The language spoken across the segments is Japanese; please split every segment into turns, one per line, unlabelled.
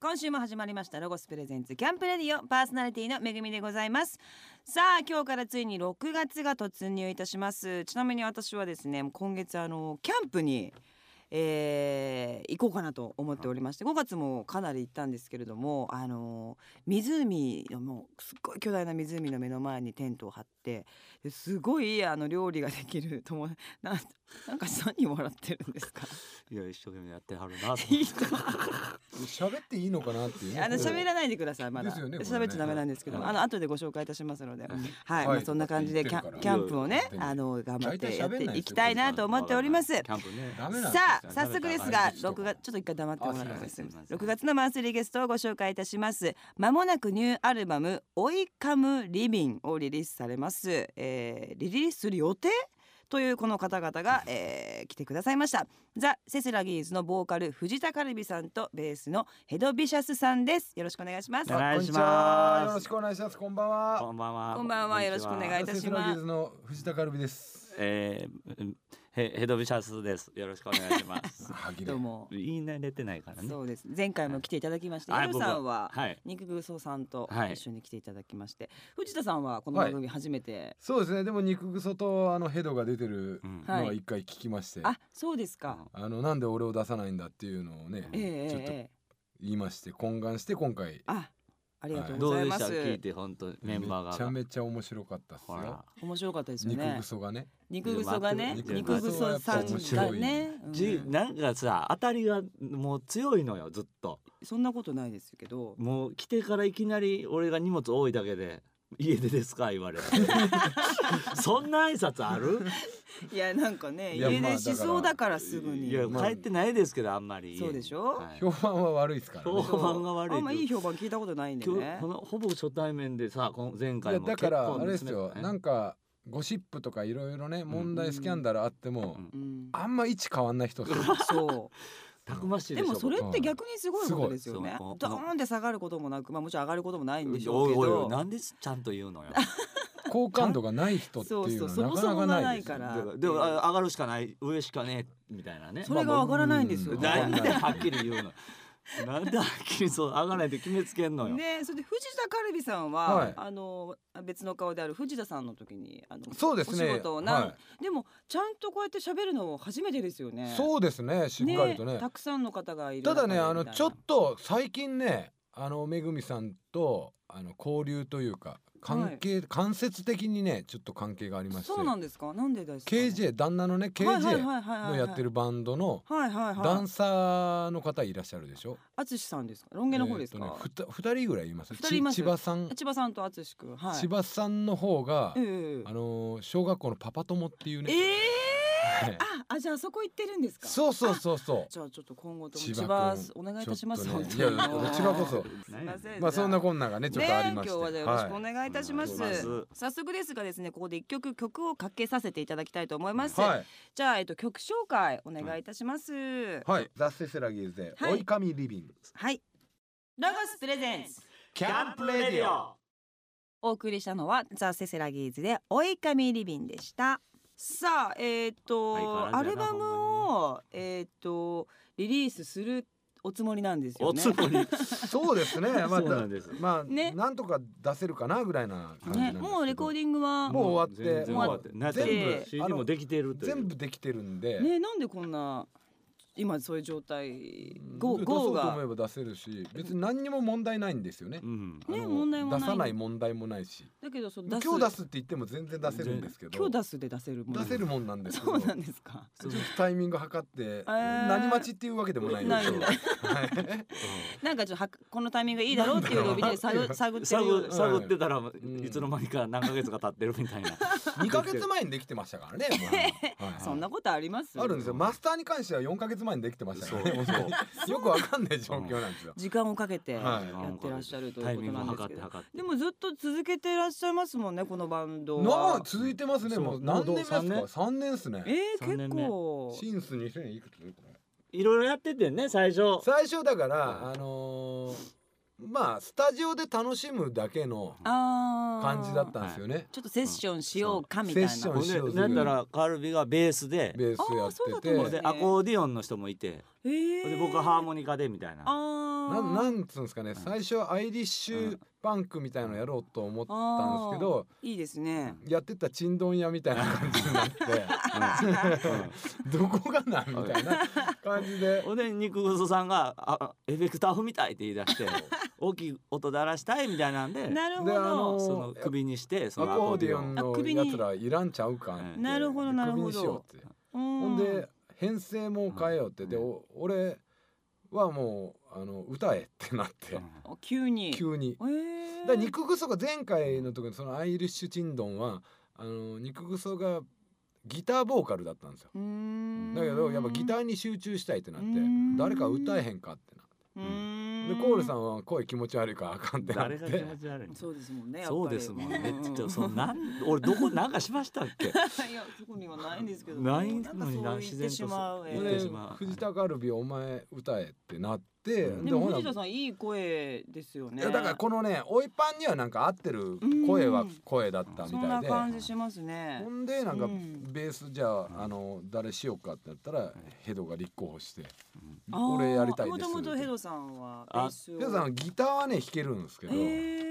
今週も始まりましたロゴスプレゼンツキャンプレディオパーソナリティのめぐみでございますさあ今日からついに6月が突入いたしますちなみに私はですねもう今月あのキャンプにえー行こうかなと思っておりまして5月もかなり行ったんですけれどもあの湖のもうすっごい巨大な湖の目の前にテントを張ってですごいあの料理ができる友達 なんなんか何笑ってるんですか
いや一生懸命やってはるなと
い
思
い
っ
人
喋っていいのかなっていうね。
あの
これ
喋らないでくださいまだ
ですよねこれね
喋っちゃダメなんですけども
はい
あの後でご紹介いたしますのではい、
は
ま
い
あそんな感じでキ
だって言って
ャ
る
キャンプ
から
をね
いろいろ
あの頑張って
大体
やっ
喋んな
て
いですよ
いきたいなと思っております
キャンプね
ダメなん
さ
ですよ
あ早速ですが6月ちょっと一回黙ってもらって
あ
ますす
いません
6月のマンスリーゲストをご紹介いたしますまもなくニューアルバム「オイカムリビン」をリリースされます、えーリリースする予定というこの方々が、えー来てくださいましたザ・セスラギーズのボーカル藤田カルビさんとベースのヘドビシャスさんですよろしくお願いします
お願いします
こんにちはよろしくお願いします。こんばんは。
こんばんは
こんばんはよろしくお願いいたします
セスラギーズの藤田カルビです。
えー、ヘヘドビシャスですよろしくお願いします
はぎれ
どう。も
みんな寝てないからね
そうです前回も来ていただきました、
はい
夜さんは
僕ははい
肉ぐそさんと
はい
一緒に来ていただきまして、藤田さんはこの番組初めて、
そうですね。でも肉ぐそとあのヘドが出てる
うん
の
は
はい一回聞きまして、
あそうですか、
あのなんで俺を出さないんだっていうのをね、
ええ
ちょ
え
っ
え
と
ええ
言いまして懇願して今回
あありがとう
ど
ご
う
ざい
で
ま
し
す、
た聞いて本当メンバ
め
ー
ちゃ
が
めちゃ面白かったっす
ほら
よ。
面白かったですよ
肉
ね
ぐそがね。
肉ぐそがね
肉
肉ぐ
ぐ
そは
そ
や
さん
っぱ面
が
白い
ね、うん
じなんかさ当たりがもう強いのよずっと
そんなことないですけど
もう来てからいきなり俺が荷物多いだけで家出ですか言われ るそんな挨拶ある
いやなんかね
いや
家
まあ
出しそうだからすぐに
いや
まあ
帰ってないですけどあんまり
そうでしょ
はい
評判は悪いですから、
評
ね。
判が悪い
あんまいい評判聞いたことないんで
今
ね
日このほぼ初対面でさこの前
い
回
や
も
だから
結構
あれですよ。
ね
なんかゴシップとかいろいろね問題スキャンダルあっても。
うん
うん、
あんま位置変わんな い人っすよ
そう
たくましい
で
しょ
もそれっ
う
て
ん
逆にすごいことですよね
すごい
ドーンって下がることもなくまあもちろん上がることもないん
僕
でしょうけど
おいおいおいなんでちゃんと言 うのよだか
好感度がない人っていうの
そうそう
はなかなかないです
そもそもが
よ
ないから
らでもあ上がるしかない上しかねえみたいなね
それが上がらないんですよね
まあ
な
まあ
ん
まあ
ではっきり言うのなんではっきりそう上がらないって決めつけんのよ、
ねそれで藤田カルビさんは、
はい
あの別の顔である藤田さんの時にあの
そうですね
お仕事をなん、
は
でもちゃんとこうやって喋るの初めてですよね
そうですねしっかりとね
たくさんの方がいる
ただね
中
あ
でみ
の
いな
ちょっと最近ねあのめぐみさんとあの交流というか関係、間接的にねちょっと関係がありまして
そうなんですかなんでですか
KJ 旦那のね KJ の
の
やって
る
るバンドの
はいはい
ダ
は
ン
い
サーの方いらっしゃるでしょ
淳さんですかロン毛の方ですか、
えーとねふた二人ぐらいいます
二人います
ち千葉さん、
千葉さんと淳くんはい
千葉さんの方が、
ええ
あのー小学校のパパ友っていうね、
え
はい
ーああじゃあそこ行ってるんですか
そうそう そうそう
じゃあちょっと今後とも
千
千
葉
葉
君
お願いいたします。
ちょ
本
っ
当
と
に
ねいやこちらこそ
すみません。
まあそんな
こ
こんながねちょっとあり
ね今
まして、
日はじゃあよろしく
は
お
い
願いいたします。
お願いしま
早速ですがですねここで一曲曲をかけさせていただきたいと思います。
はい
じゃあえっと曲紹介お願いいたします。はい。
はい、ザ・セスラギーズで、
はい
追い神リビング
ロゴスプレゼンス。
キ
お送りしたのはザ・セセラギーズで「追い神リビン」でしたさあえっ、
相変わ
とア
らず
ル
やな
バムをえっ、とリリースするおつもりなんですよ
お
ね
つもり
そうで すねま
そう
た
なんです
まあ、
ね
なんとか出せるかなぐらいな感じなんで
ね
すけど
もうレコー
デ
ディングは
もう終わって
全然終わってな
全
部
CD もできてるという
全部できてるんで、
ねなんでこんな今そういう状態
うん
ゴー
出
ゴ
そ
ー
うと思
が
えば出せるし別に何にも問題ないんですよね
う、ん
ね
あの
問題もない
出さない問題もないし
だけどその出
今
す
日出すって言っても全然出せるんですけど
今日出すで出せるもの
出せるもんなんですけ
そ
ど
う
ちょ
な
っ
んですか
そう
とタイミング測って
ー
何待ちっていうわけでもないんですけど
ななんかちょっとはこのタイミングがいいだろうっていうのを見て探探って
探
る
探ってたら、
ん
いつの間にか何ヶ月か経ってるみたいな
2ヶ月前にできてまし たからね、まあはい
そんなことあります
あるんですよマスターに関しては4ヶ月前にできてましたからね
そうそう
よくわかんない状況なんですよ、
時間をかけてや
はい
ってらっしゃると
タ
い
イ
うこ
ミ
と
ングを
なんです
測
けど
って測って
でもずっと続けていらっしゃいますもんねこのバンド
なあ
は。
続いてますね
そう
もう何年目ですか
もう三年
3年っすね
えー、
三
結
年目
構
シンス2000いくつ
いろいろやっててね最初
最初だから、
は
あのーまあスタジオで楽しむだけの
あー
感じだったんですよね。
ちょっとセッションしようかみたいな
セッション
ほんでなんならカルビがベースで
ベースや
あーそうだ
っ
と思
て
う
て、
でアコーディオンの人もいて
えー
ほんで僕はハーモニカでみたいな
あ
な
ー
なんつうんですかね、
ん
最初アイリッシュバンクみたいのやろうと思ったんですけど、
いいですね
やってたちんどん屋みたいな感じになってどこがなみたいな感じで
ほんで肉ぐそさんがあ「エフェクター踏みたい」って言い出 して大きい音鳴らしたいみたいなんで
なるほ
であ
ど
の
その首にしてそ
ア
のアコ
コ
ー
ー
デ
デ
ィ
ィ
オ
オ
ン
ン
あ
の
首に
やつらいらんちゃうかんって
なるほど
で
なるほど
首にしようって
ほ
ほんで編成も変えようってで
うん
お俺はもうあの歌えってなって
急に
急に
えー
だから肉ぐそが前回の時のそのアイリッシュチンドンはあの肉ぐそがギターボーカルだったんですよ
うーん
だけどやっぱギターに集中したいってなって誰か歌えへんかってな
うーん
でコールさんは声気持ち悪いからあかんってなっ
誰が気
て
持ち悪いの
そうですもんねやっぱり
そうですもんね
う
ちょっとそのなん俺どこなんかしましたっ け
いやそこにはないんですけど
ない
んか
のにな
そう言ってしまう
自然
えー
とそう言っ
で
てしまう
藤田カルビお前歌えってなって、
うん
でも
ほな
藤田さんいい声ですよね
いやだからこのねおいパンにはなんか合って
う
る
ん
声は声だったみ
そん
たい
な
で、
感じしますね
ほんでなん
う
か
ん
ベースじゃあ,、あの誰しようかってなったらヘドが立候補して「
あー
俺やりたいです」
もともとヘ
って
ドさんはベ
あ
ースを
ヘドさんはギターはね弾けるんですけど、
え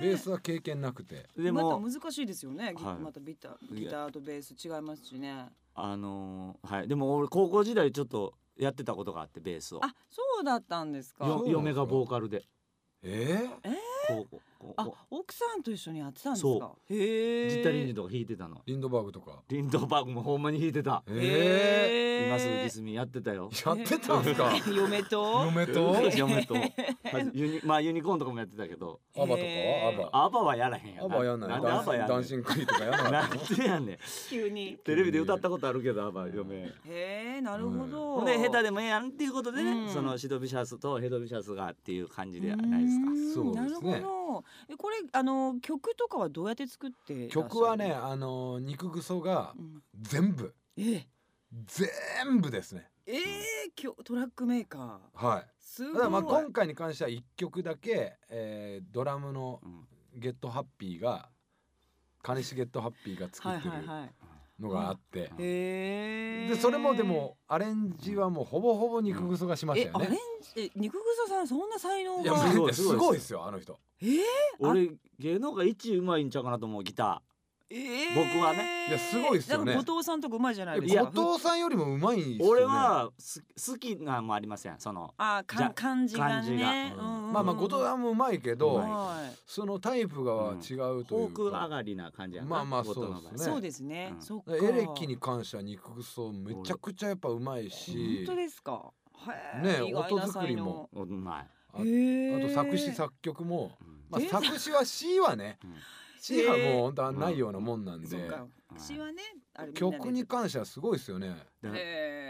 ベースは経験なくて
で
ま
も、
た難しいですよね、ぎ
はい
またビタギターとベース違いますしね
あのーはいでも俺高校時代ちょっとやってたことがあってベースを
あそうだったんですか
よ
よ嫁がボーカルで
えー、
こうこう
あ
こ
奥さんと一緒にやってたんですか
そ
へ
う
え
ジッタリンジとか弾いてたの
リンドバーグとか
リンドバーグもほんまに弾いてた
え
へー
今すぐキスミやってたよ
ー、やってたんですか
へー 嫁と
嫁と
嫁とまあユニまあユニコーンとかもやってたけど
アバとか
へー
アバ
アバはやらへんや
アバやんない
なん
ダ
でアバや
ンダ
んね
ンシングクリーとかやんなか
ん
った
な
の
んでやねん
急に
テレビで歌ったことあるけどアバ嫁
へえなるほど、
ほんで下手でもええやんっていうことでね、
うん
そのシドビシャスとヘドビシャスがっていう感じではないですか
うーん
そうですね
なるほどえこれあの曲とかはどうやって作ってらっしゃる
曲はね、あの肉ぐそが
うん
全部
え
全部ですね
えー、きょトラックメーカー
はい
す
た
ご
だ
い、
まあ今回に関しては1曲だけ、えードラムの
うん
「ゲットハッピーが金子ゲットハッピーが作
はい
って
はい
る
はい
のがあって、
い
へえ
でそれもでもアレンジはもうほぼほぼ肉ぐそがしまし
え
たよ
アレン
ね。
ジえ肉草さんそんな才能
いや
が
す
す
ご
ご
い
い
す
す
ごい
ごいですよあの人。
えー、
俺芸能が一うまいんちゃうかなと思うギタ
えー、
僕はね
いやすごいっすよね
なんか後藤さんとかうまいじゃないですか
後藤さんよりもうまいです
ー
よね。
俺はす好きなんもありませんその
あー
じ
か
ゃ
ん感じが
感じが
ね
うん
うんうんうん
まあまあ後藤さんもうまいけど、
うま
はい
そのタイプが違うと
フ
い
ォーク
う
上
か。
がりな感じやな
まあまあ
後藤の場合
そうですね
そうですね、
うん
そっか
エレキに関しては肉ぐそめちゃくちゃやっぱうま
本
いし
当、ですかへえ
ねえ
意外な
音作りも
うまい、
あ
才能
あと作
へ
詞
え
作曲も、
うん
まあ
え
作詞は C はね
うん
C はもう本当はないようなもんなん
そ
で
っ、か詞はねあれ
曲に
関
関してはすごいですよね。
だからえー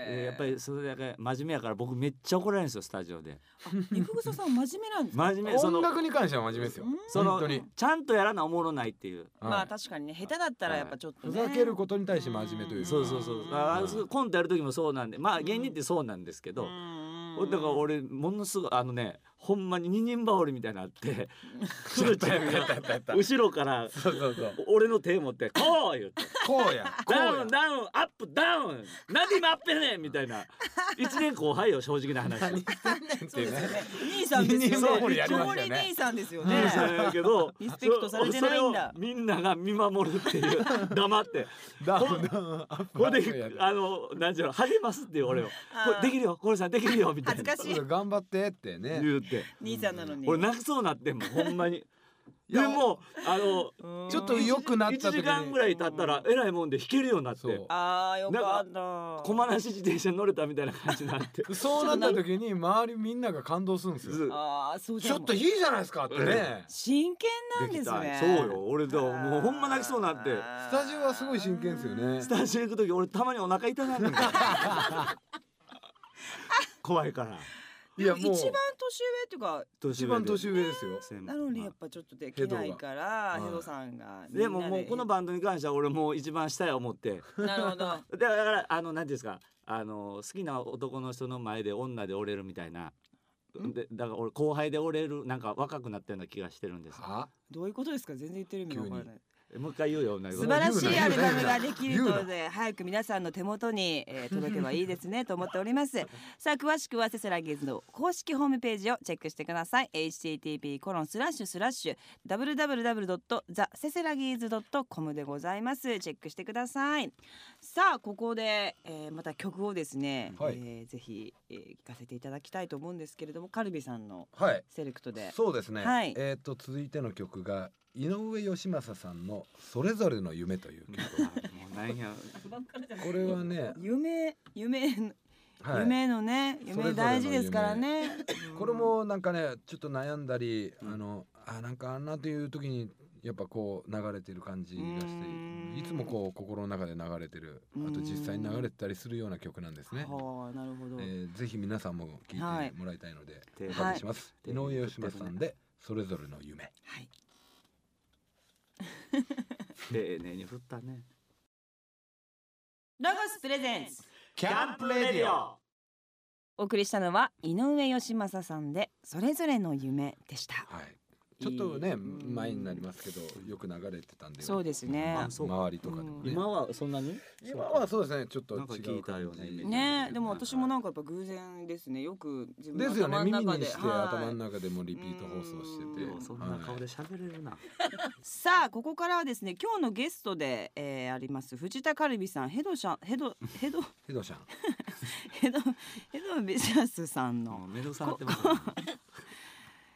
え
やっぱ りそれだけ真面目やから僕めっちゃ怒られるんですよスタジオで
肉草さん真面目なんですか
真面目そ
音
の
楽に関しては真面目ですよ
うん。
その
本当に。
ちゃんとやらなおもろないっていう
ま
は
あ
い
確かにね下手だったらやっぱちょっと
ふ
ね
ざけることに対して真面目というか。
そうそうそううんあーそうコントやる時もそうなんでまあ
うん
芸人ってそうなんですけど、
と
だから俺ものすごいあのねほんまに二人羽織みたいにな って クロちゃんが後ろから
そうそうそう。
俺の手 持って「こう!」言って
こうや。
「
こう
ダウ
や
ン。ダウンアップダウン何で今アップやねん!」みた いな一年後輩よ正直な話。
っていうね。
兄さんですよね
二人羽織やりまし
一
たよね
応兄さんですよ
兄さん
ね
や けど
リスペクトされてないんだ
それをみんなが見守るっていう 黙って
ダウンダウンアップ
こ
ア
れ
ップや
で
で。
あの何ていうの励ますっていう俺を
あ
「
ー
これできるよこれさんできるよ」みたい
恥ず
な
かしい
頑張ってってね。
言うて
兄さんなのに
俺泣きそうなってんもんほんまに。
い
で
や
もあの
うん
ちょっと良くなった
1
時
時間ぐ
に。
らい経ったらえらいもんで弾けるようになっ
そ
て
う
あーよかった
駒なし自転車に乗れたみたいな感じになって
そうなった時に周りみんなが感動するんですよ。
あーそうじ
ち
ゃ
ょ
ん
っといいじゃないですかってね。
真剣なん
で
で
き
す
た
ね
そうよ俺でももうほんま泣きそうになって
あー
スタジオはすごい真剣ですよね
ス。タジオ行く時俺たまにお腹痛なるんだよ怖いから
いや
一
も
番
う
年上っていうか
一番年上ですよ。
先
な
輩
のにやっぱちょっとできないから
ヘドが
ヘドさんが
でももうこの
場
バンドに関しては俺もう一番下や思って
なるほど
だからだからあの何ていうんですかあの好きな男の人の前で女で折れるみたいなでだから俺後輩で折れるなんか若くなったような気がしてるんです
は
どういうことですか全然言ってる意味がわからない
えもう一回言うよ同じこ
素
と
晴らしいアルバムができる
言
の
う
で早く皆さんの手元に、えー届けばいいですねと思っております さあ詳しくはセセラゲーズの公式ホームページをチェックしてください http コロンスラッシュスラッシュ www.theseseragis.com でございますチェックしてくださいさあここで、えーまた曲をですね、
はい
えーぜひ、えー聞かせていただきたいと思うんですけれどもカルビさんの
はい
セレクトで
そうですね、
はい
えっ、と続いての曲が井上義正さんのそれぞれの夢という 曲
もうなんや
これは ね、
夢夢
はい、
夢のね
それぞれ
夢
の
大事ですからね。うん
これもなんかねちょっと悩んだり、
うん
あのあなんかあんなという時にやっぱこう流れてる感じが
う
し
ーん
ていつもこう心の中で流れてるあと実際に流れてたりするような曲なんですね。
はあなるほど。
えー、ぜひ皆さんも聞いてもらいたいので、
はい
お借りします、
はい
井上義正さんでそれぞれの夢
はい。
丁寧に振ったね
ロゴスプレゼンス。
キ
お送りしたのは井上義正さんでそれぞれの夢でした。
はいちょっとね
いい
前になりますけどよく流れてたんで
そうですね
まあ
あそう
周りとかでもね、
今はそんなに
今はそうですねちょっと
なんか聞い
違
うたよう
感じ
なイメージ
ねでも私もなんかやっぱ偶然ですねよく自
で
分
す
の
よね
頭の
耳
中
に
で。
して
はい
頭の中でもリピート放送してて
う
ようそんな顔で喋れるな、
さあここからはですね今日のゲストで、えー、あります藤田カルビさんヘドシャンヘドヘド
ヘドシャン
ヘドヘドビシャスさんの
もう目処されてますね、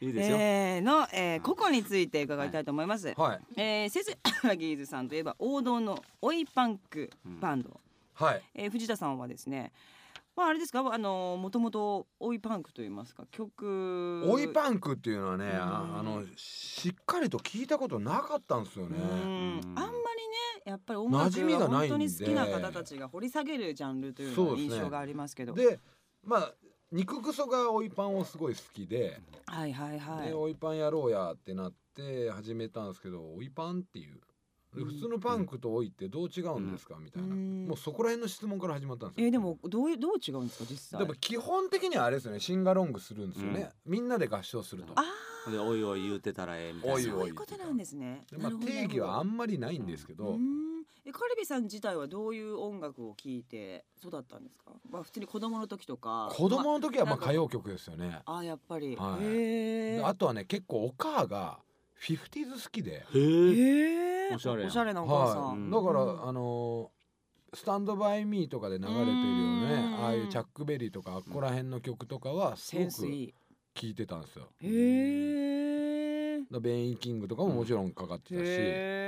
いいですよ、
えーの、えー、個々について伺いたいと思います。
はい
えー、セズラギーズさんといえば王道のオイパンクバンド、
はい
えー藤田さんはですねまああれですかあのもともとオイパンクと言いますか曲
追いパンクっていうのはねあ
うん
あのしっかりと聞いたことなかったんですよ
う
ね
んあ
うんん
まりねやっぱり音楽
馴染みが
が
な
本
いんで
当に好きな方たちが掘り下げるジャンルというの
そ
が
うです
印
ね
象がありますけど、
でまあ肉クソが追いパンをすごい好きで
はいはいはい
で追いパンやろうやってなって始めたんですけど追いパンっていうで
うん
普通のパンクと追いってどう違うんですかみたいな
うん
もうそこら辺の質問から始まったんです
え
よ
ーでもどういうどう違うんですか実際
でも基本的にはあれですよねシンガロングするんですよねみんなで合唱すると
あ
でおいおい言うてたらええみ
あ
たいな
そ
お
う
い
いうことなんですね
でま
な
あ
るほど
定義は
なる
あ
ほど
んまりないんですけ
う
ど
んえカルビさん自体はどういう音楽を聴いて育ったんですか、まあ、普通に子供の時とか
子供
ま
の時はま
な
あ
んか
歌謡曲ですよね
ああやっぱり、
はい
へ
で
え
あとはね結構お母がフィフティーズ好きで
へえ
へえ
おしゃれやん
おしゃれなお母さ
は
ん、
いだから
うん
あのースタンドバイミーとかで流れてるよ
うん
ねああいうチャックベリーとかあっこら辺の曲とかはす
セ
ご
ンス
く
い
聞いてたんですよ
いへえ
だベイン・キングとかももちろんかかってたし、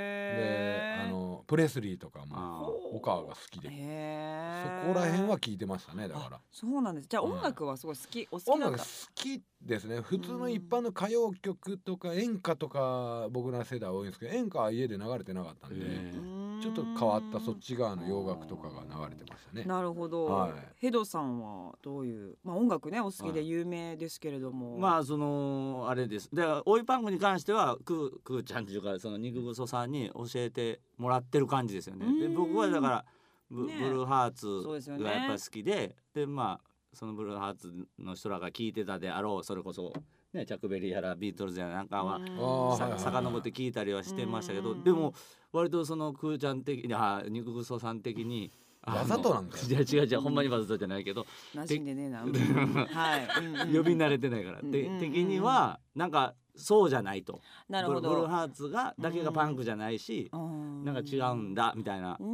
で
へ
あ
え
のプレスリーとかも
あー
お母が好きで
へ
そ
え
こら辺は聞いてましたねだから
あそうなんですじゃあ
はい
音楽はすごい好き、お好き
音
なん
楽
だ
好きですね普通の一般の歌謡曲とか演歌とか僕ら世代多いんですけど演歌は家で流れてなかったんで
へえ
うん
ちょっと変わったそっち側の洋楽とかが流れてましたね。
なるほど、
はい
ヘドさんはどういう、まあ、音楽ねお好きで有名ですけれども、
まあそのあれですでおいパンクに関してはくーくーちゃんっていうかその肉ぐそさんに教えてもらってる感じですよね
うーん
で僕はだからブ,、
ねえ
ブルーハー
そうですよ
ツ
ね
がやっぱり好きでで,、まあそのブルーハーツの人らが聴いてたであろうそれこそ、ね、チャックベリーやらビートルズやらなんかは、
あーはい
さ
はいはい
遡って聞いたりはしてましたけど、
うん
でも割とそのくーちゃん的にあー肉ぐそさん的に。あの
わざとなんだよ
違う違う違うほんまにわざとじゃないけど
馴染んでねえな。うん はい。うんうん
呼び慣れてないから、
うん
で
うんうん
的にはなんかそうじゃないと
なるほ
ブルブルー
ど。
ハーツがだけがパンクじゃないし、
な
なんか違うん。だみたいな、
うー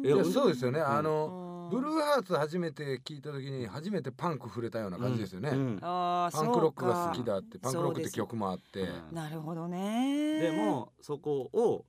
ん。
いや
いやそうですよね、
うん
あ
う
の、
ん
ブルーハーツ初めて聞いた時に初めてパンク触れたような感じですよね、
うん
あー
パンクロックが好
そう
き
か
だってパンクロックって曲もあって、
そうです
なるほどね。
でもそこを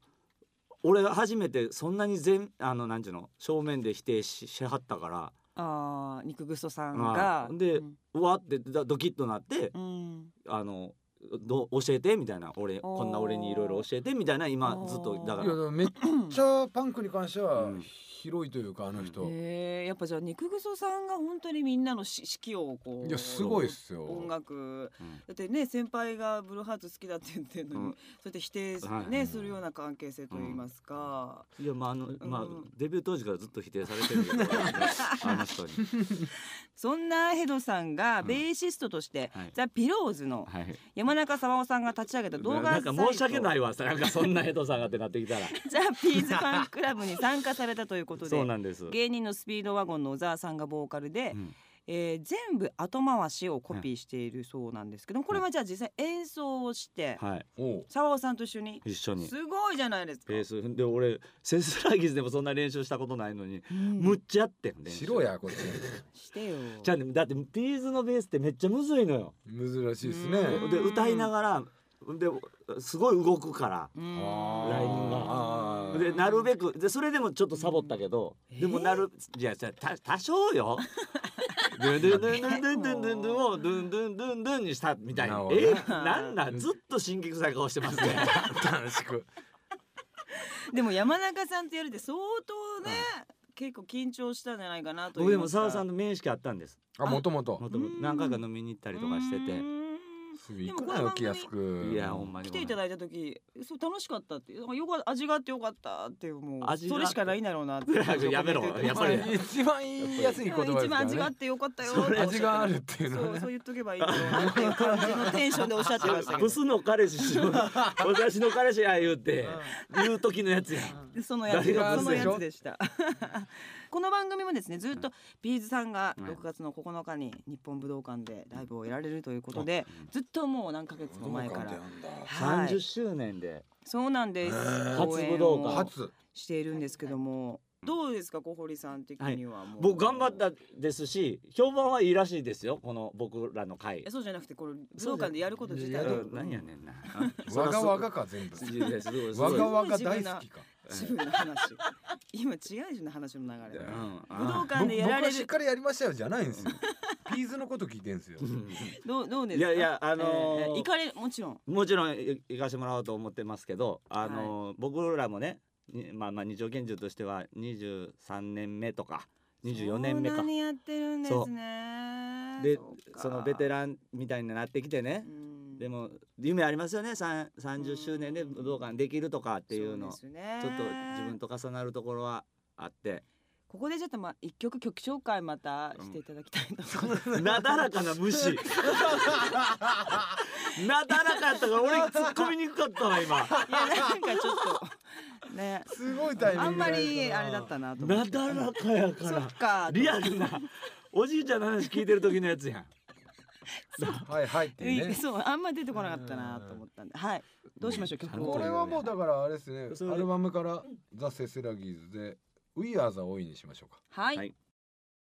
俺が初めてそんなに全あのなんていうの正面で否定ししはったから
あー肉ぐそさんが
あーで
うん
うわってだドキッとなって、
うん
あのどう教えてみたいな俺
おー
こんな俺にいろいろ教えてみたいな今
おー
ずっとだか
いや
ら
でもめっちゃパンクに関しては
うん
広いというかあの人、
えー、やっぱじゃあ肉ぐそさんが本当にみんなのし指揮をこう
いやすごいっすよ
音楽
うん
だってね先輩がブルーハーツ好きだって言ってるのに、
うん
そうやって否定、
はい
ねするような関係性といいますか、
いやまああのまあ
うん
デビュー当時からずっと否定されて るけどあの人に
そんなヘドさんがベーシストとして、
はい
ザ・ピローズの
はい
山中沢夫さんが立ち上げた動画サ
な
イ
ん
ト
か申し訳ないわなんかそんなヘドさんがってなってきたら
ザ・ピーズファンクラブに参加されたという こと
そう
で
なんです、
芸人のスピードワゴンの小沢さんがボーカルで、
うん
えー全部後回しをコピーしているそうなんですけどもこれはじゃあ実際演奏をして
はい
おう
沢尾さんと一緒に
一緒に
すごいじゃないですか
ベースで俺セスラギスでもそんな練習したことないのに、
うん
むっちゃやってん練習
白 やこっち
してよ
じゃあねだってピーズのベースってめっちゃむずいのよ
珍しいです
う
ね
ん
で歌いながらですごい動くか
うん
あ
ーラインが
あ
ら
ー
でなるべくでそれでもちょっとサボったけど、
うん
でもなるいやじゃあた多少よドゥンドゥンドゥンドゥンドゥンドゥンドゥンをドゥンドゥンドゥンドゥンにしたみたいな
なるほどね
えなんなんずっと神経臭い顔してます ね
楽しく
でも山中さんとやるって相当ね、結構緊張したんじゃないかなと
僕でも澤
沢
さんの面識あったんです
あもともと
もっと何回か飲みに行ったりとかしてて
いくなよ気安く
いやほんまに
来ていただいた時そう楽しかったってなんかよか味があってよかったっていうもう
味が
そ
あっ
れ
て
しかないんだろうなって
やめろやっぱり
まあ一番言いやすい言葉です
一番
から
味があっ
ね
てよかったよ
それ味があるっていう
そ
の
う
は
そう
ね
言っとけばいいよっていう感じのテンションでおっしゃってました け
ブ
ど
スの彼氏 しよう私の彼氏や言うて言う時のやつや
でそのやつ
誰が
そ
ブス
の
で
や
しょ
つでした この番組もですねずっとビーズさんが6月の9日に日本武道館でライブをやられるということでずっともう何ヶ月も前からは
三十
い
周年で
そうなんです
へー
公演を
初武道館
初
しているんですけどもどうですか小堀さん的にはもう
僕頑張ったですし評判はいいらしいですよこの僕らの会
えそうじゃなくてこれ武道館でやること自体
い
が
やなんやねんな
わがわがか全部
いやいやすごいすご
わ
い
がわが大好きか
渋いな話今違うでしょ話の流れ
う
が
ん
武道
僕
館でやら
僕
れ
はしっ
る
かりやりましたよじゃないんですよピーズのこと聞いてんですよ
どうどうで
い
すか
やいやあの
え
ー
ー行かれもちろん
もちろんい行かしてもらおうと思ってますけど、あの僕らもね、にまあまあ二条拳銃としては23年目とか24年目
そ
か
んな。にやってるんですね
でそのベテ
ン
ランみたいになってきてね、でも夢ありますよねさん30周年で武道館できるとかっていうの
そうですね
ちょっと自分と重なるところはあって
ここでちょっとまあ一曲曲紹介またしていただきたいなと、
なだらかな無視 なだらかやったから俺突っ込みにくかったわ今。
いやなんかちょっと ね
すごいタイミング
あんまりあれだった
な
なと思
な
って
だらかやか
そ
ら
っか
リアルなおじいちゃんの話聞いてる時のやつやん
はいはいっていうね
そうあんまり出てこなかったなと思ったんではいどうしましょう曲
こ
を
れはもうだからあれですね
それ
アルバムからザ・セセラギーズで We Are the 多いにしましょうか
はい、
はい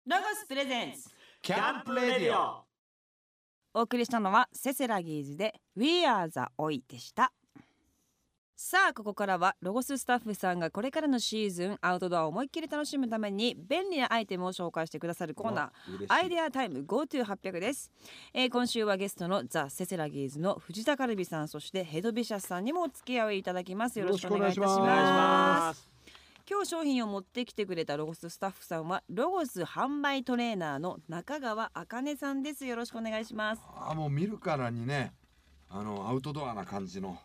ロゴスプレゼンス
キ
お送りしたのはセセラギーズで We are the 老いでしたさあここからはロゴススタッフさんがこれからのシーズンアウトドアを思いっきり楽しむために便利なアイテムを紹介してくださるコーナーアイデアタイム GoTo800 です、えー今週はゲストのザ・セセラギーズの藤田カルビさんそしてヘドビシャスさんにもお付き合いいただきますよろしくお願いいたします
よろしくお
お
願
願
ま
いし
す
ます
今日商品を持ってきてくれたロゴススタッフさんはロゴス販売トレーナーの中川茜さんですよろしくお願いします
あもう見るからにねあのアウトドアな感じの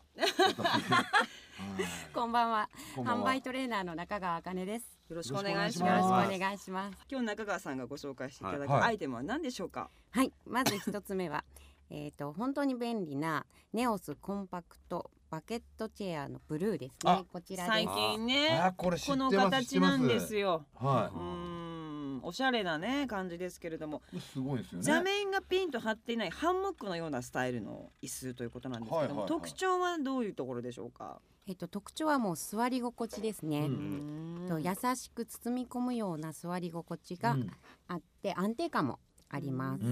こんばんは。
こんばん
販
は
売トレーナーの中川茜です。
よろしくお願いし
よろしくお
ます
願いします。
今日中川さんがご紹介していただく
はい
アイテムは何でしょうか、
はい、まず一つ目は、 えっと本当に便利なネオスコンパクトバケットチェアのブルーですね
あ。
こちらで
最
す。
近
あ
ね
これ知って
こ
ま
の
す
形なんで
知
す
って
よ
ま
うー
すは
んおしゃれなね感じですけれども
いこれすごいですよね
座面がピンと張っていないハンモックのようなスタイルの椅子ということなんですけども、
はいはいはい
特徴はどういうところでしょうか、
えっと特徴はもう座り心地ですね。
うん
う
と優しく包み込むような座り心地が
うん
あって安定感もあります。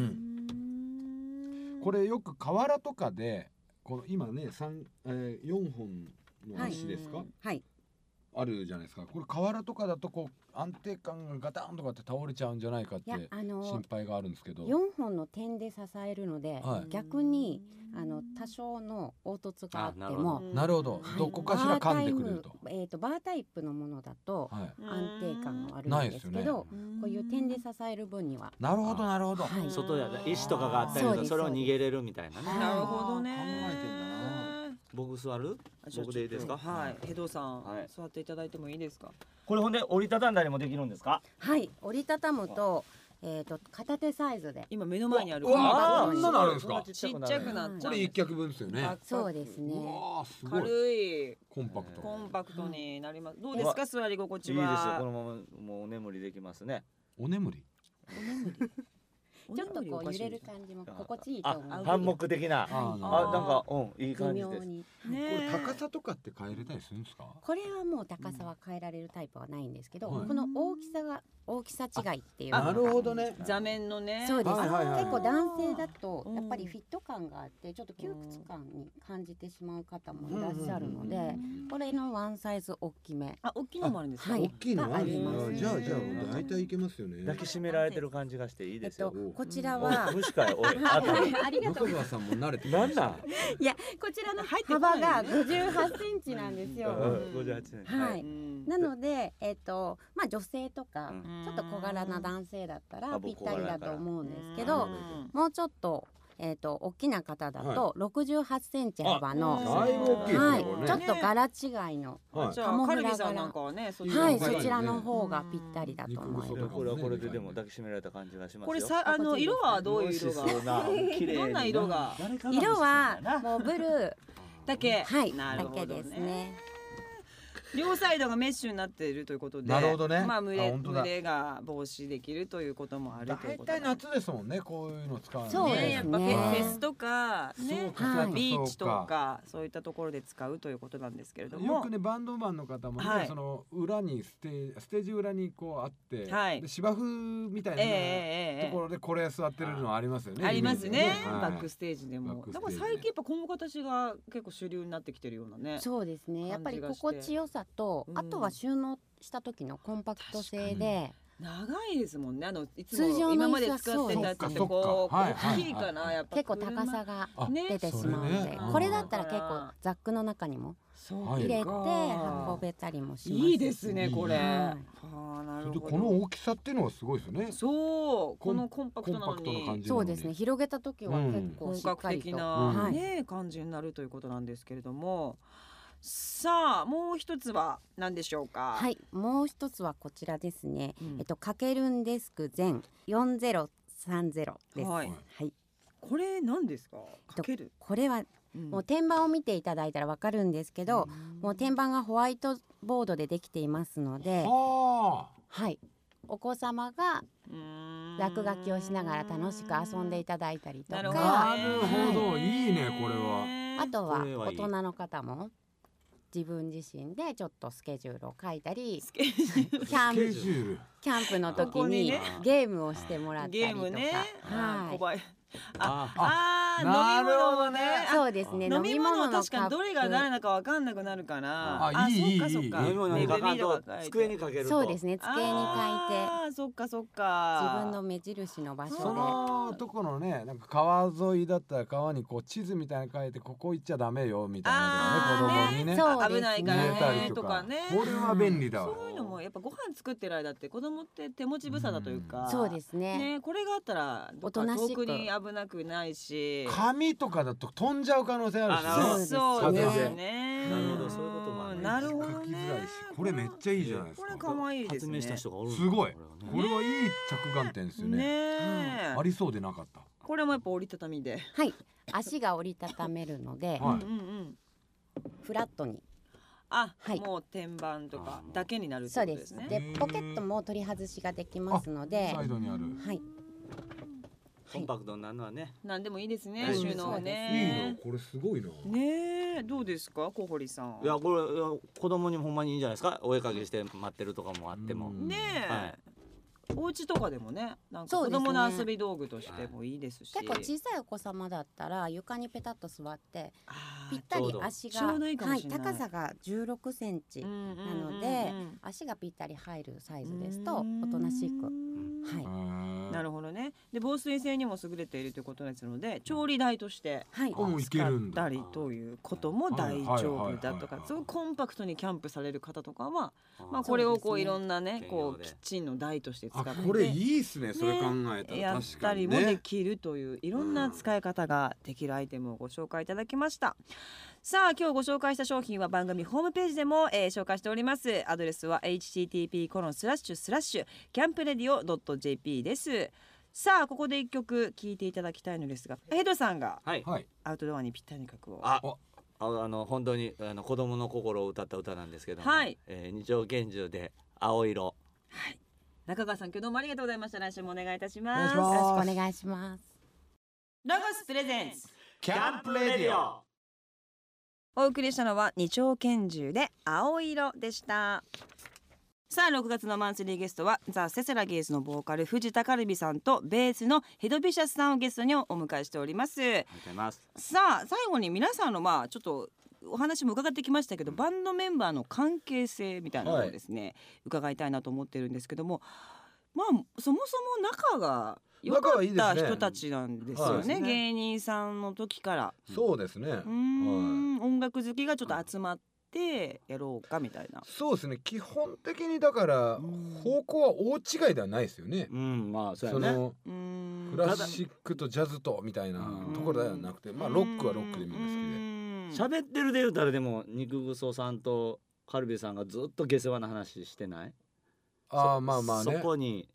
これよく瓦とかでこの今ね三えー、4本の足ですか、
はい
はい。
あるじゃないですかこれ瓦とかだとこう安定感がガタンとかって倒れちゃうんじゃないかっ
いや
て
あ
心
の
配があるんですけど
4本の点で支えるので、
はい
逆にあの多少の凹凸があって
あなるほど
も
なるほど
はい
どこかしら噛んでくれると
バータイムえー、とバータイプのものだと
はい
安定感が悪
ないい
ん
で
ですす
よ
け
ね
どこういう点で支える分には
なるほどなるほど
はい
外では石とかがあったりと
そう
か
です
それを逃げれるみたいなね
あー
なるほどね
考えてんだな
僕座る
あじゃあ
僕でいいですか
はいヘドさん、
はい
座っていただいてもいいですか
これほんで折りたたんだりもできるんですか
はい折りたたむと,、えー、と片手サイズで
今目の前にある
うわ
あー
こ
こ
ん
ん
なの
なの
あるんですか
ちっちゃくなっちゃ
こ
う
れ一脚分ですよね
あ
そうですね
うわーすごい
軽い
コンパクト
コンパクトになりますどうです
う
か座り心
い
地
いですよこ
は
のままもうお眠りできますね
お眠り
ちょっとこう揺れる
じ
感じも心地いいと思い
あ
ます
ハンモック的な
あー
あ
な
あ
な
ー
んかうんいい
微
感じ
妙
です
に
これ
ね
高さとかって変えれたりするんですか
これはもう高さは変えられるタイプはないんですけど、
はい
この大きさが大きさ違いっていうのが
なるほどね
座面のね
そうです、
はいはいはい
結構男性だと
うん
やっぱりフィット感があってちょっと窮屈感に感じてしまう方もいらっしゃるので、
うんうん
これのワンサイズ大きめ
あ大きいのもあるんですか
はい
大きいのあるん
あ
だ
ります
じゃあじゃあ大体いけますよね
抱きしめられてる感じがしていい
え
で
っ
すよ
と、こちら
おい
は、
虫かいおいあと
ありがと
中
う
川さんも慣れてき
な
ま
ん
し
な
た
ん
ね
いやこちらの
入ってこな
幅
い
が58センチなんです
う
よ、
ん58年
は
う
い
ん
なので、えっとまあ、女性とか、
うん
ちょっと小柄な男性だった
あ
らぴ
僕
ったりだと思うんですけ
う
ど、
ん
もうちょっと、えっ、と、大きな方だと、六十八センチ幅の。
あだいぶ大きいですね
はい、
これね
ちょっと柄違いの、
はい
じゃあカルビさんなんかはねそっちの
は
方
い、
が
そ
い
ちらの方がぴったりだと思い
肉
ま
細
す。
これはこれででも抱きしめられた感じがしますよ
これさあの色はどういう色
美味しそう
が
な綺麗に
どんな色が
誰かが欲しい
色は
んだな
もうブルー、
だけ
はい、
なる
だ
ほ
け
ど
ですね。
両サイドがメッシュになっているということで
なるほどね
まあ
あ
胸
本当だ
胸が防止できるということもあるという
大
こと
体夏ですもんねこういうの使うの
そうです
ね
ね
やっぱフェフェスとか
そう
ね
かそう
は
か
い
ビーチと
そう
かそういったところで使うということなんですけれども
よくねバンドマンの方もね、
はい
その裏にステージステージ裏にこうあって、
はい
で芝生みたい
え
な
ええ
ね、
えええ
ところでこれ座ってるのありますよね。
ありますね、
は
バ
い
ックステージで
バッ
も
クス
だ
テージで
から最近やっぱこの形が結構主流になってきてるようなね
そうですね、やっぱり
感じがして
心地よさと
う、ん
あとは収納した時のコンパクト性で。
長いですもんねあのいつ
通常
も
の
今まで使って
椅子
た
は
やつって
そう
こう
そっかはい
大きいか
は
ないやっぱ
結構高さが
あ
ね
出てしまうの
それ
で、
ね
これだったら結構ザックの中にも
そう
はい
入れて
か
運べたりもします。
いいですねこれ、
はい
はあな
そ
る
れ
ほ
で
ど
この大きさっていうのがすごいですよね。
そう
コ
こ
ン
のコンパクト
コン
な
パ
の
クトな感
に
じ
そうですね広げた時は
うん
結構
本
しっ
格
かり
的
と、
な、
はい
ね感じになるということなんですけれどもさあもう一つは何でしょうか
はいもう一つはこちらですね、
うん
えっとかけるんデスク全4030です、
は
はいい
これ何ですかかける、
これは
うん
もう天板を見ていただいたらわかるんですけど、もう天板がホワイトボードでできていますので、
は
はいお子様が
うん
落書きをしながら楽しく遊んでいただいたりと
なる
か、
ほど
な
ね
るほどいいねこれは
あとは
これは
大
いい
人の方も自分自身でちょっとスケジュールを書いたり
スケジュール
キ
あ。ス
ャン
ケ
プ
ジュール。
キャンプの
ここ
時
に
に
ね
ゲームをしてもらったり
ゲ
とか、
ームねあー
はい
小林
あ
あー
な
飲み
るほ
物も
ど
ね
ね
あ
そうですね
飲み物は
のカップ
確かにどれが誰なのかわかんなくなるから
あいい
そっかそっ
いい
か
飲み物にかかんと
めぐみとか書いて
机にかけると
そうですね机に書いて
あーそっかそっか
自分の目印の場所で
そのとこのねなんか川沿いだったら川にこう地図みたいなの書いてここ行っちゃダメよみたいなの
あー
がね子供にね
ねそう
危ないから
見えたり
ねと
と
か
か
ね
これは便利だわ。
そういうのもやっぱご飯作ってる間って子供って手持ち無沙汰というか
そうですね
ねこれがあったらどっか
おとなし
遠く
く
に危なくないし
紙とかだと飛んじゃう可能性あるしね。
あなるほど
そうで
そうですす
ね
なるほどそういうこともあるね
なるほど
書き
ね
づらいしこれめっちゃいいじゃないです
これ
か。
かわいいです
発
ね
明した人がおるんだ
すご
これは
い
ね
これはいい着眼点ですよね。
ねえ
ありそうでなかった。
これもやっぱ折りたたみで
はい足が折りたためるの
は
で
う
い
んうんうん
フラットに
あ
はい
もう天板とかだけになるって
そ
こ
う
と
で
です
す
ね
でポケットも取り外しができますので
サイドにある。
はい
コンパクトになるのはね
なんでもいいですね
うん
収納
いい
ね
なこれすごいな。
ねえどうですか小堀さん
いやこれいや子供にほんまにいいんじゃないですかお絵かきして待ってるとかもあっても
うん
ねえ、
は
お家とかでもねなんか
そ
子
うですね
供の遊び道具としてもいいですし
結構小さいお子様だったら床にペタッと座って
あー
ぴった
ちょう
り
ど
足が
ちょうどいいかも
は
し
い、
れない
高さが16センチ、
うんうんうんうん
なので足がぴったり入るサイズですと
うーん
おとなしく、はい
な
なるほどねで防水性にも優れているということですので調理台として
はい、
あもういけ
使っ
るんだ
たりということも大丈夫だと
はいはいはい
か
はい
すごいコンパクトにキャンプされる方とかは、まあ、こ
そうですね
れをこういろんなね
兼
こ
用
う
で
キッチンの台として使
あ
って
これいいっすねそれ考えたら
やっ
確
た
か
り
に
もで
ね
きるといういろんな使い方ができるアイテムをご紹介いただきましたさあ今日ご紹介した商品は番組ホームページでも、えー紹介しておりますアドレスは http コロンスラッシュスラッシュキャンプレディオ .jp ですさあここで一曲聴いていただきたいのですがヘドさんが
はい
はい
アウトドアにぴったりの曲を
あ
あ
ああの本当にあの子供の心を歌った歌なんですけども、
はい
えー二条拳銃で青色
中川さん今日どうもありがとうございました来週もお願いいたし
お願
ま
い
す
し
よ
ま
ろ
す
しくお願いします
ロゴスプレゼンス
キャンプレディオ
お送りしたのは二丁拳銃で青色でしたさあ6月のマンスリーゲストはザ・セセラゲーズのボーカル藤田カルビさんとベースのヘドビシャスさんをゲストにお迎えしております
ありがとうございます
さあ最後に皆さんのまあちょっとお話も伺ってきましたけどバンドメンバーの関係性みたいなのをですね、伺いたいなと思ってるんですけどもまあそもそも仲が良か
仲はい
っ
いです
た
ね
人たちなんですよ
はい
ね芸人さんの時から。
そうですね、
うーん音楽好きがちょっと集まってやろうかみたいな。
そうですね基本的にだから
うん
方向は大違いではないですよね、
うんまあそ
そう
やね
の
うーん
クラシックとジャズとみたいな
うん
ところではなくてまあロックはロックでみんな好きで。
好で。
喋ってるで言うたらでも肉ぐそさんとカルビさんがずっと下世話な話してない
ああまあまあね
そこに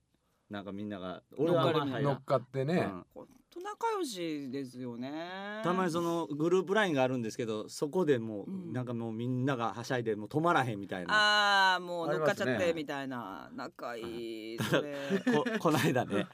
なんかみんなが俺はあんま入ら
乗
ん
っかってね、
うん
ほんと仲良しですよね。
たまにそのグループラインがあるんですけどそこでも
う
う、
ん
なんかもうみんながはしゃいでもう止まらへんみたいな
ああもう乗っかっちゃっ
あります
て
ね
みたいな仲いい
ただ
それ。
こ この間ね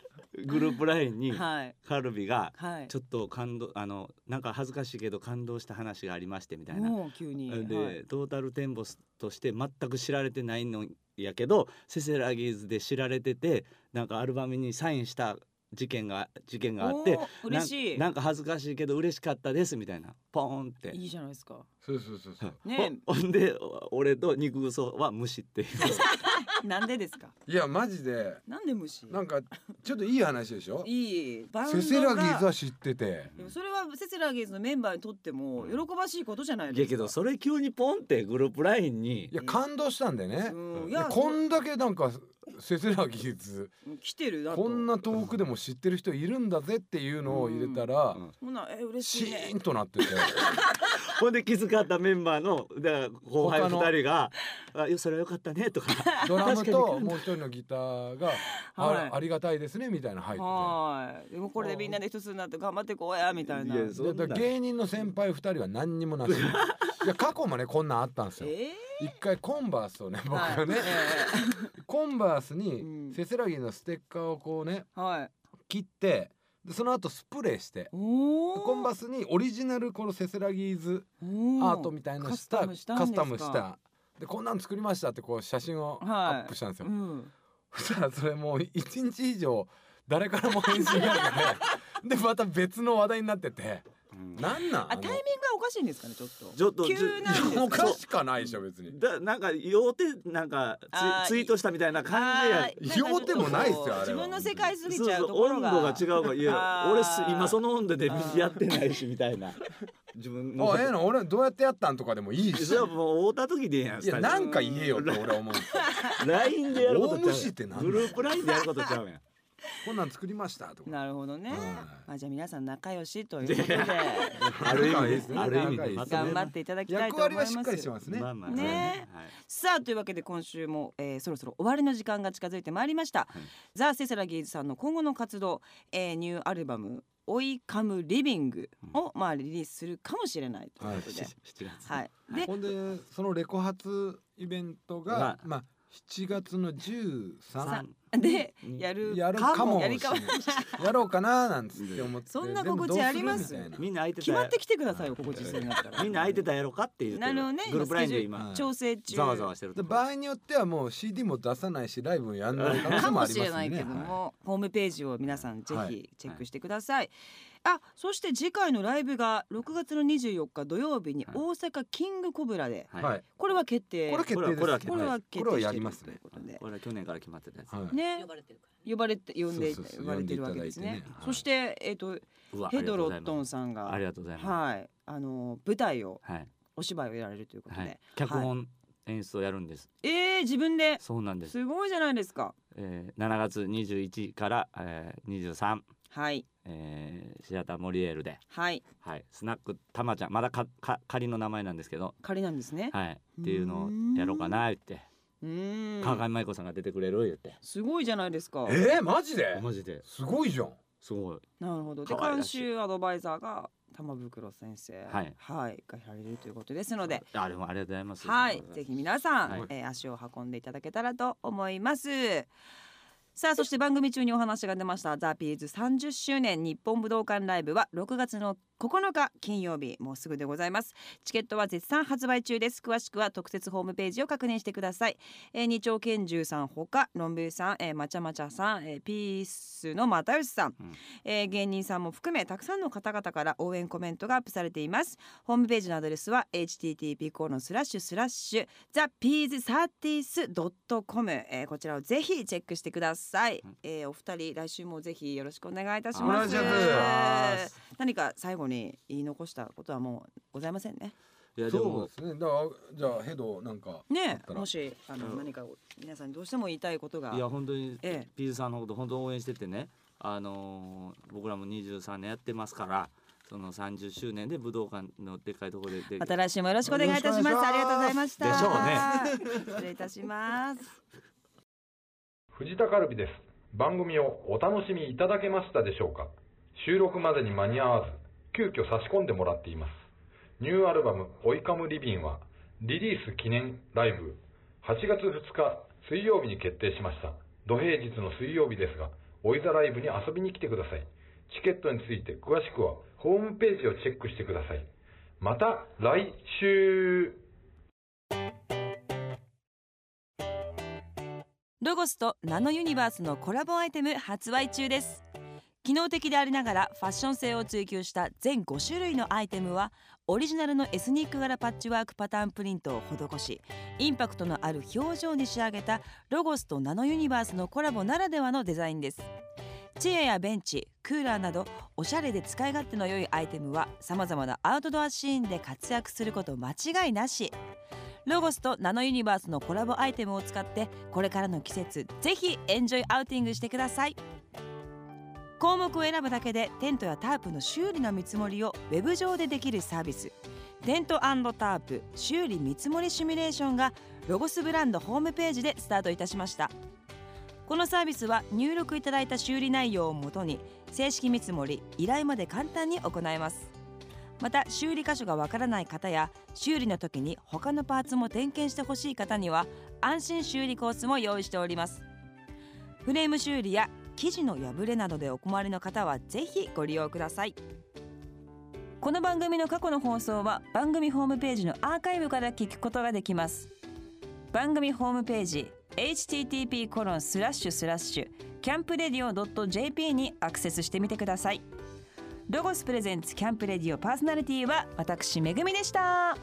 グループラインに
はい
カルビが
はい。
ちょっと感動あのなんか恥ずかしいけど感動した話がありましてみたいな。
もう急に。
で、
はい
トータルテンボスとして全く知られてないのやけどセセラギーズで知られててなんかアルバムにサインした事件が事件があって
おー嬉しい。
なんなんか恥ずかしいけど嬉しかったですみたいなポーンって
いいじゃないですか。
そうそうそうそう
ね
ほ ほんでお俺と肉ぐそは無視っていう
えなんでですか。
いやマジで
なんで虫。
なんかちょっといい話でしょ
いいバンド
セ
が。
セラギーズは知ってて
でもそれはセセラゲーズのメンバーにとっても喜ばしいことじゃない
い
です
や
か。
けどそれ急にポンってグループラインに
いや感動したんでね
うんい
で
や
こんだけなんかセセラギーズ
来てるだと。
こんな遠くでも知ってる人いるんだぜっていうのを入れたら、
うん
ほなえ嬉
シ
しいね
ーン。となってて
ほんで気遣ったメンバーのだから後輩
他の
2人が「あよそれはよかったね」とか
ドラム
確か
と
に
もう一人のギターが、
はい
あありがたいですねみたいなの入ってて。
はい。でもこれでみんなで一つになって頑張ってこうやみたいな。
い
え
やそんな
でだから芸人の先輩2人は何にもなしいや過去もねこんなんあったんですよ
え
一回コンバースをね僕
はい
がね、コンバース
うん
にセセラギーのステッカーをこうね
はい。
切ってでその後スプレーして
おお。
コンバースにオリジナルこのセセラギーズアートみたいなのした
カスタムしたんですか
カスタムしたでこんなん作りましたってこう写真を
はい
アップしたんで
た
すよ、
うん。
そしたらそれもう一日以上誰からも返信がなくて でまた別の話題になってて
うん
なんなん
あタイミングがおかしいんですかねちょっと。
ちょっと
急なんです
のお
か。
かしかないでしょ別に
だなんか用てなんかツイ
あー
ツイートしたみたいな感じや
あーなんかちょっと
言うてもないっすよあれは
自分の世界すぎちゃう
そう
と
そ
こ
う
ろ
温
が。
度が違うからい
あ
や
ー
俺す今その温度で
あー
やってないしみたいな自分の
あええの俺どうやってやったんとかでもいいし
それはもう会うた時でええやん
いや
スタ
なんか言えよって俺は思うんですよ
ジオ LINE でやること
大無視って
ちゃ
な
うんや
なんん
グループ LINE でやることちゃうやん
こんなん作りましたとか
なるほどね
はい。
まあじゃあ皆さん仲良しという ことで
ある意
仲
味
い
で
いですすね
ある意味
仲いいですね
頑張っていただきたいと
役
思い
割
ま
は
す。
しっかりしてますね
まあまあ
ね
はい
さあというわけで今週も、えーそろそろ終わりの時間が近づいてまいりました、
はい
ザ・セセラギーズさんの今後の活動、えーニューアルバム「追いカムリビングを」まあ、リリースするかもしれないということで、
7月
はいで
ほんでそのレコ発イベントが、
まあ
まあ7月の13
で
うん
やる
やるかも
やりかも
しれないやろうかななんつって思って
そんな告知あります
全部どうるみたいな
みんな空いて
決
た
ま
や
ってきてくださいよここ実際になったら
みんな空いてたやろかっていう
なるほどね
グループラインで
今
今
ス
調整中
ざわざわしてる
で
とこ
場合によってはもう CD も出さないしライブもやんない可能性
か
もあ
も
り
し
ま
れ
すよ
ないけ
ね
ども、ホームページを皆さんぜ
は
ひチェックしてください、あそして次回のライブが6月の24日土曜日に
はい
大阪キングコブラで、
は
はいい
はい
これは決定
これは決定です
これは決定
これは決定して
これはや
る
りますね
ということで、
これは去年から決まってたやつ、
はい
ね
呼ばれてるから
呼ばれて呼んで
そうそうそう
呼ばれてるわけです
呼んでい
ね
ただいてねはい
そしてえっ、と
うわ
ヘドロット
ン
ンさんが
ありがとうございま
はいあの舞台を
すはい
お芝居をやられるということで、
はい脚本演出をやるんです
えー、自分で
そうなんです
すごいじゃないですか
えー7月21からえー23
はい
えーシアターモリエールで
はい
はいスナックたまちゃんまだかか仮の名前なんですけど
仮なんですね、
はいっていうのをやろうかな言って
うーん
川上舞子さんが出てくれる言って
すごいじゃないですか
えー、マジです
マジで
すごいじゃん
すごい
なるほどで
可愛
監
らしい
修アドバイザーが玉袋先生
はい
がやられるということですので
あでもありがとうございます
はいぜひ皆さん、
はい
えー足を運んでいただけたらと思いますさあそして番組中にお話が出ましたザ・ピーズ30周年日本武道館ライブは6月の9日金曜日もうすぐでございますチケットは絶賛発売中です詳しくは特設ホームページを確認してください、えー、二丁拳銃さんほかロンブーさん、えー、まちゃまちゃさん、えー、ピースの又吉さん、
うん
えー芸人さんも含めたくさんの方々から応援コメントがアップされていますホームページのアドレスは http コロンスラッシュスラッシュ thepeas30s.com、えー、こちらをぜひチェックしてください、えー、お二人来週もぜひよろしくお願いいたしま
お願いします
何か最後に言い残したことはもうございませんね
いやで
そう
も
ですねだからじゃあヘドなんかあっ
ね
た
え
ら
もしあの何か皆さんにどうしても言いたいことが
いや本当に
ええ
ピーズさんのこと本当応援しててね、あのー僕らも23年やってますからその30周年で武道館のでっかいところでで
また来週もよろしくお願いいたします
よろしくお願いします
ありがとうございました
でし
う
ょ
ね 失礼いたします
藤田カルビです。番組をお楽しみいただけましたでしょうか収録までに間に合わず、急遽差し込んでもらっています。ニューアルバム、オイカムリビンは、リリース記念ライブ、8月2日水曜日に決定しました。土平日の水曜日ですが、オイザライブに遊びに来てください。チケットについて詳しくは、ホームページをチェックしてください。また来週
ロゴスとナノユニバースのコラボアイテム発売中です機能的でありながらファッション性を追求した全5種類のアイテムはオリジナルのエスニック柄パッチワークパターンプリントを施しインパクトのある表情に仕上げたロゴスとナノユニバースのコラボならではのデザインですチェアやベンチクーラーなどおしゃれで使い勝手の良いアイテムはさまざまなアウトドアシーンで活躍すること間違いなしロゴスとナノユニバースのコラボアイテムを使ってこれからの季節ぜひエンジョイアウティングしてください項目を選ぶだけでテントやタープの修理の見積もりをウェブ上でできるサービステントタープ修理見積もりシミュレーションがロゴスブランドホームページでスタートいたしましたこのサービスは入力いただいた修理内容をもとに正式見積もり依頼まで簡単に行えますまた修理箇所がわからない方や修理の時に他のパーツも点検してほしい方には安心修理コースも用意しておりますフレーム修理や生地の破れなどでお困りの方はぜひご利用くださいこの番組の過去の放送は番組ホームページのアーカイブから聞くことができます番組ホームページ http コロンスラッシュスラッシュキャンプレディオ .jp にアクセスしてみてくださいロゴスプレゼンツキャンプレディオパーソナリティは私めぐみでした